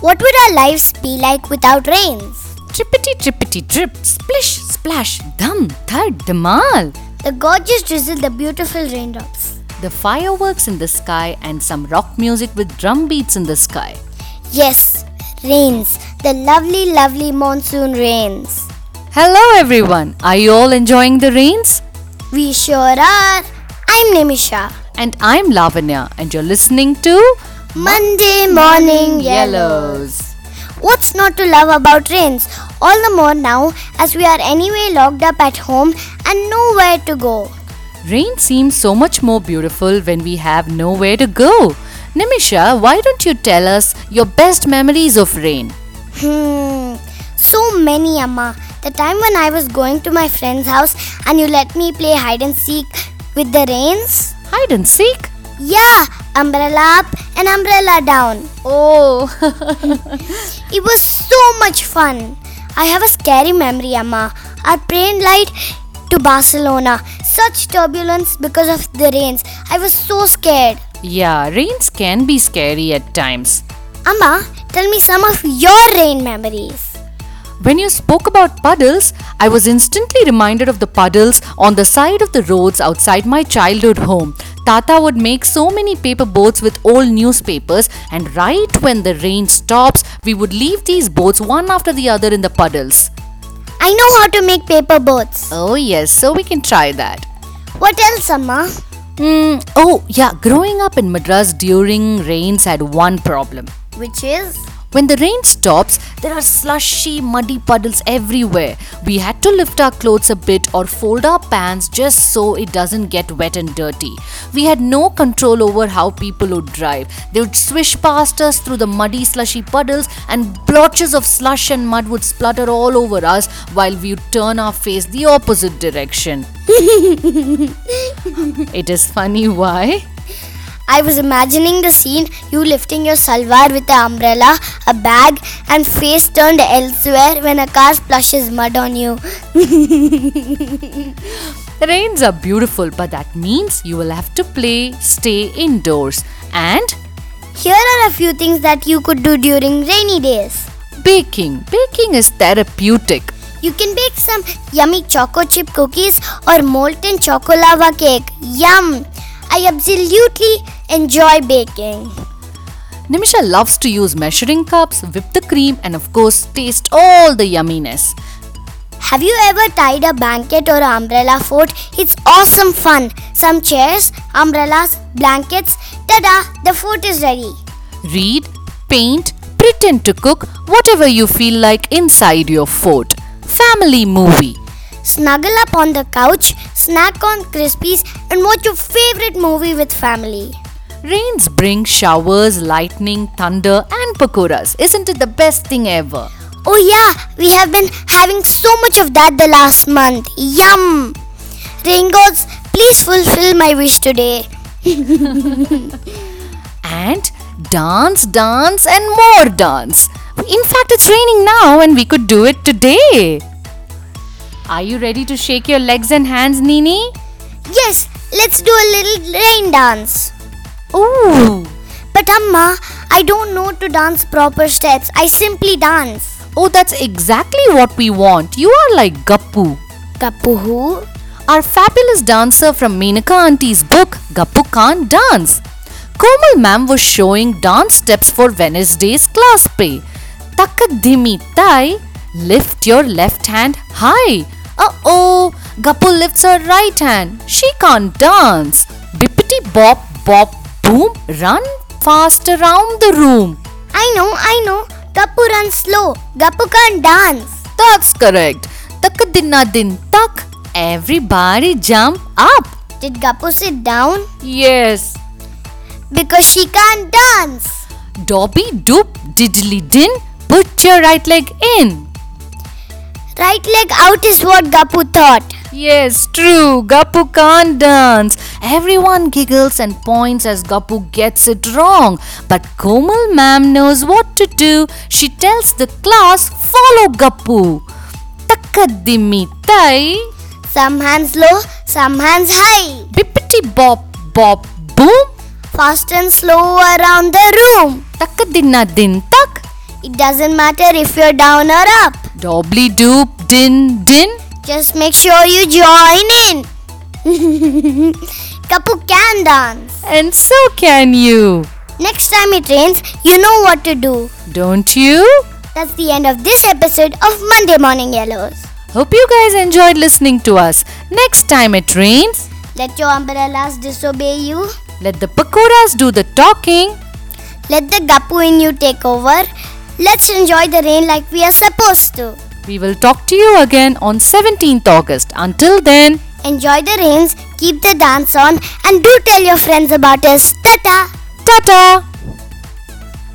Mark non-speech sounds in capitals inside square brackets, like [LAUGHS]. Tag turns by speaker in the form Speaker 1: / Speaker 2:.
Speaker 1: What would our lives be like without rains?
Speaker 2: Trippity trippity trip, splish splash, dum thud damal.
Speaker 1: The gorgeous drizzle, the beautiful raindrops.
Speaker 2: The fireworks in the sky and some rock music with drum beats in the sky.
Speaker 1: Yes, rains. The lovely, lovely monsoon rains.
Speaker 2: Hello everyone, are you all enjoying the rains?
Speaker 1: We sure are. I'm Nimisha.
Speaker 2: And I'm Lavanya, and you're listening to
Speaker 1: Monday morning What's not to love about rains? All the more now as we are anyway locked up at home and nowhere to go.
Speaker 2: Rain seems so much more beautiful when we have nowhere to go. Nimisha, why don't you tell us your best memories of rain?
Speaker 1: Hmm, so many, Amma. The time when I was going to my friend's house and you let me play hide and seek with the rains?
Speaker 2: Hide and seek?
Speaker 1: Yeah, umbrella up and umbrella down.
Speaker 2: Oh,
Speaker 1: [LAUGHS] It was so much fun. I have a scary memory, Amma. Our plane light to Barcelona. Such turbulence because of the rains. I was so scared.
Speaker 2: yeah, rains can be scary at times.
Speaker 1: Amma, tell me some of your rain memories.
Speaker 2: When you spoke about puddles, I was instantly reminded of the puddles on the side of the roads outside my childhood home. Tata would make so many paper boats with old newspapers, and right when the rain stops, we would leave these boats one after the other in the puddles.
Speaker 1: I know how to make paper boats.
Speaker 2: Oh, yes, so we can try that.
Speaker 1: What else, Amma?
Speaker 2: Hmm. oh, yeah, growing up in Madras during rains had one problem.
Speaker 1: Which is?
Speaker 2: When the rain stops, there are slushy, muddy puddles everywhere. We had to lift our clothes a bit or fold our pants just so it doesn't get wet and dirty. We had no control over how people would drive. They would swish past us through the muddy, slushy puddles, and blotches of slush and mud would splutter all over us while we would turn our face the opposite direction. it is funny why.
Speaker 1: I was imagining the scene you lifting your salwar with an umbrella, a bag, and face turned elsewhere when a car splashes mud on you.
Speaker 2: Rains are beautiful, but that means you will have to play, stay indoors, and
Speaker 1: Here are a few things that you could do during rainy days.
Speaker 2: baking. Baking is therapeutic.
Speaker 1: You can bake some yummy choco chip cookies or molten choco lava cake. Yum! I absolutely enjoy baking.
Speaker 2: Nimisha loves to use measuring cups, whip the cream, and of course, taste all the yumminess.
Speaker 1: Have you ever tied a blanket or an umbrella fort? It's awesome fun. Some chairs, umbrellas, blankets. Tada! The fort is ready.
Speaker 2: Read, paint, pretend to cook, whatever you feel like inside your fort. Family movie.
Speaker 1: Snuggle up on the couch, snack on crispies, and watch your favorite movie with family.
Speaker 2: Rains bring showers, lightning, thunder, and pakoras. Isn't it the best thing ever?
Speaker 1: Oh yeah, we have been having so much of that the last month. Yum! Rain gods, please fulfill my wish today.
Speaker 2: and dance, dance, and more dance. In fact, it's raining now and we could do it today. Are you ready to shake your legs and hands, Nini?
Speaker 1: Yes, let's do a little rain dance.
Speaker 2: Ooh.
Speaker 1: But Amma, I don't know to dance proper steps. I simply dance.
Speaker 2: Oh, that's exactly what we want. You are like Gappu.
Speaker 1: Kapuhu.
Speaker 2: Our fabulous dancer from Meenaka Auntie's book, Gappu Can't Dance. Komal ma'am was showing dance steps for Wednesday's class pay. Takadimi tai, lift your left hand high. Uh oh, Gappu lifts her right hand. She can't dance. Bippity bop bop boom, run fast around the room.
Speaker 1: I know, I know. Kapu runs slow. Kapu can't dance.
Speaker 2: That's correct. Takadina din tak, everybody jump up.
Speaker 1: Did Kapu sit down?
Speaker 2: Yes.
Speaker 1: Because she can't dance.
Speaker 2: Dobby doop diddly din, put your right leg in.
Speaker 1: Right leg out is what Kapu thought.
Speaker 2: Yes, true. Gappu can't dance. Everyone giggles and points as Gappu gets it wrong. But Komal ma'am knows what to do. She tells the class, follow Gappu. Takadimi tai,
Speaker 1: Some hands low, some hands high.
Speaker 2: bippity bop bop boom,
Speaker 1: Fast and slow around the room.
Speaker 2: takadina din tak.
Speaker 1: It doesn't matter if you're down or up.
Speaker 2: Dobbly doop din din.
Speaker 1: Just make sure you join in. [LAUGHS] Kapu can dance.
Speaker 2: And so can you.
Speaker 1: Next time it rains, you know what to do.
Speaker 2: Don't you?
Speaker 1: That's the end of this episode of Monday Morning Yellows.
Speaker 2: Hope you guys enjoyed listening to us. Next time it rains,
Speaker 1: Let your umbrellas disobey you.
Speaker 2: let the pakoras do the talking.
Speaker 1: Let the gapu in you take over. Let's enjoy the rain like we are supposed to.
Speaker 2: We will talk to you again on 17th August. Until then,
Speaker 1: Enjoy the rains, keep the dance on, and do tell your friends about us. Tata!
Speaker 2: ta ta!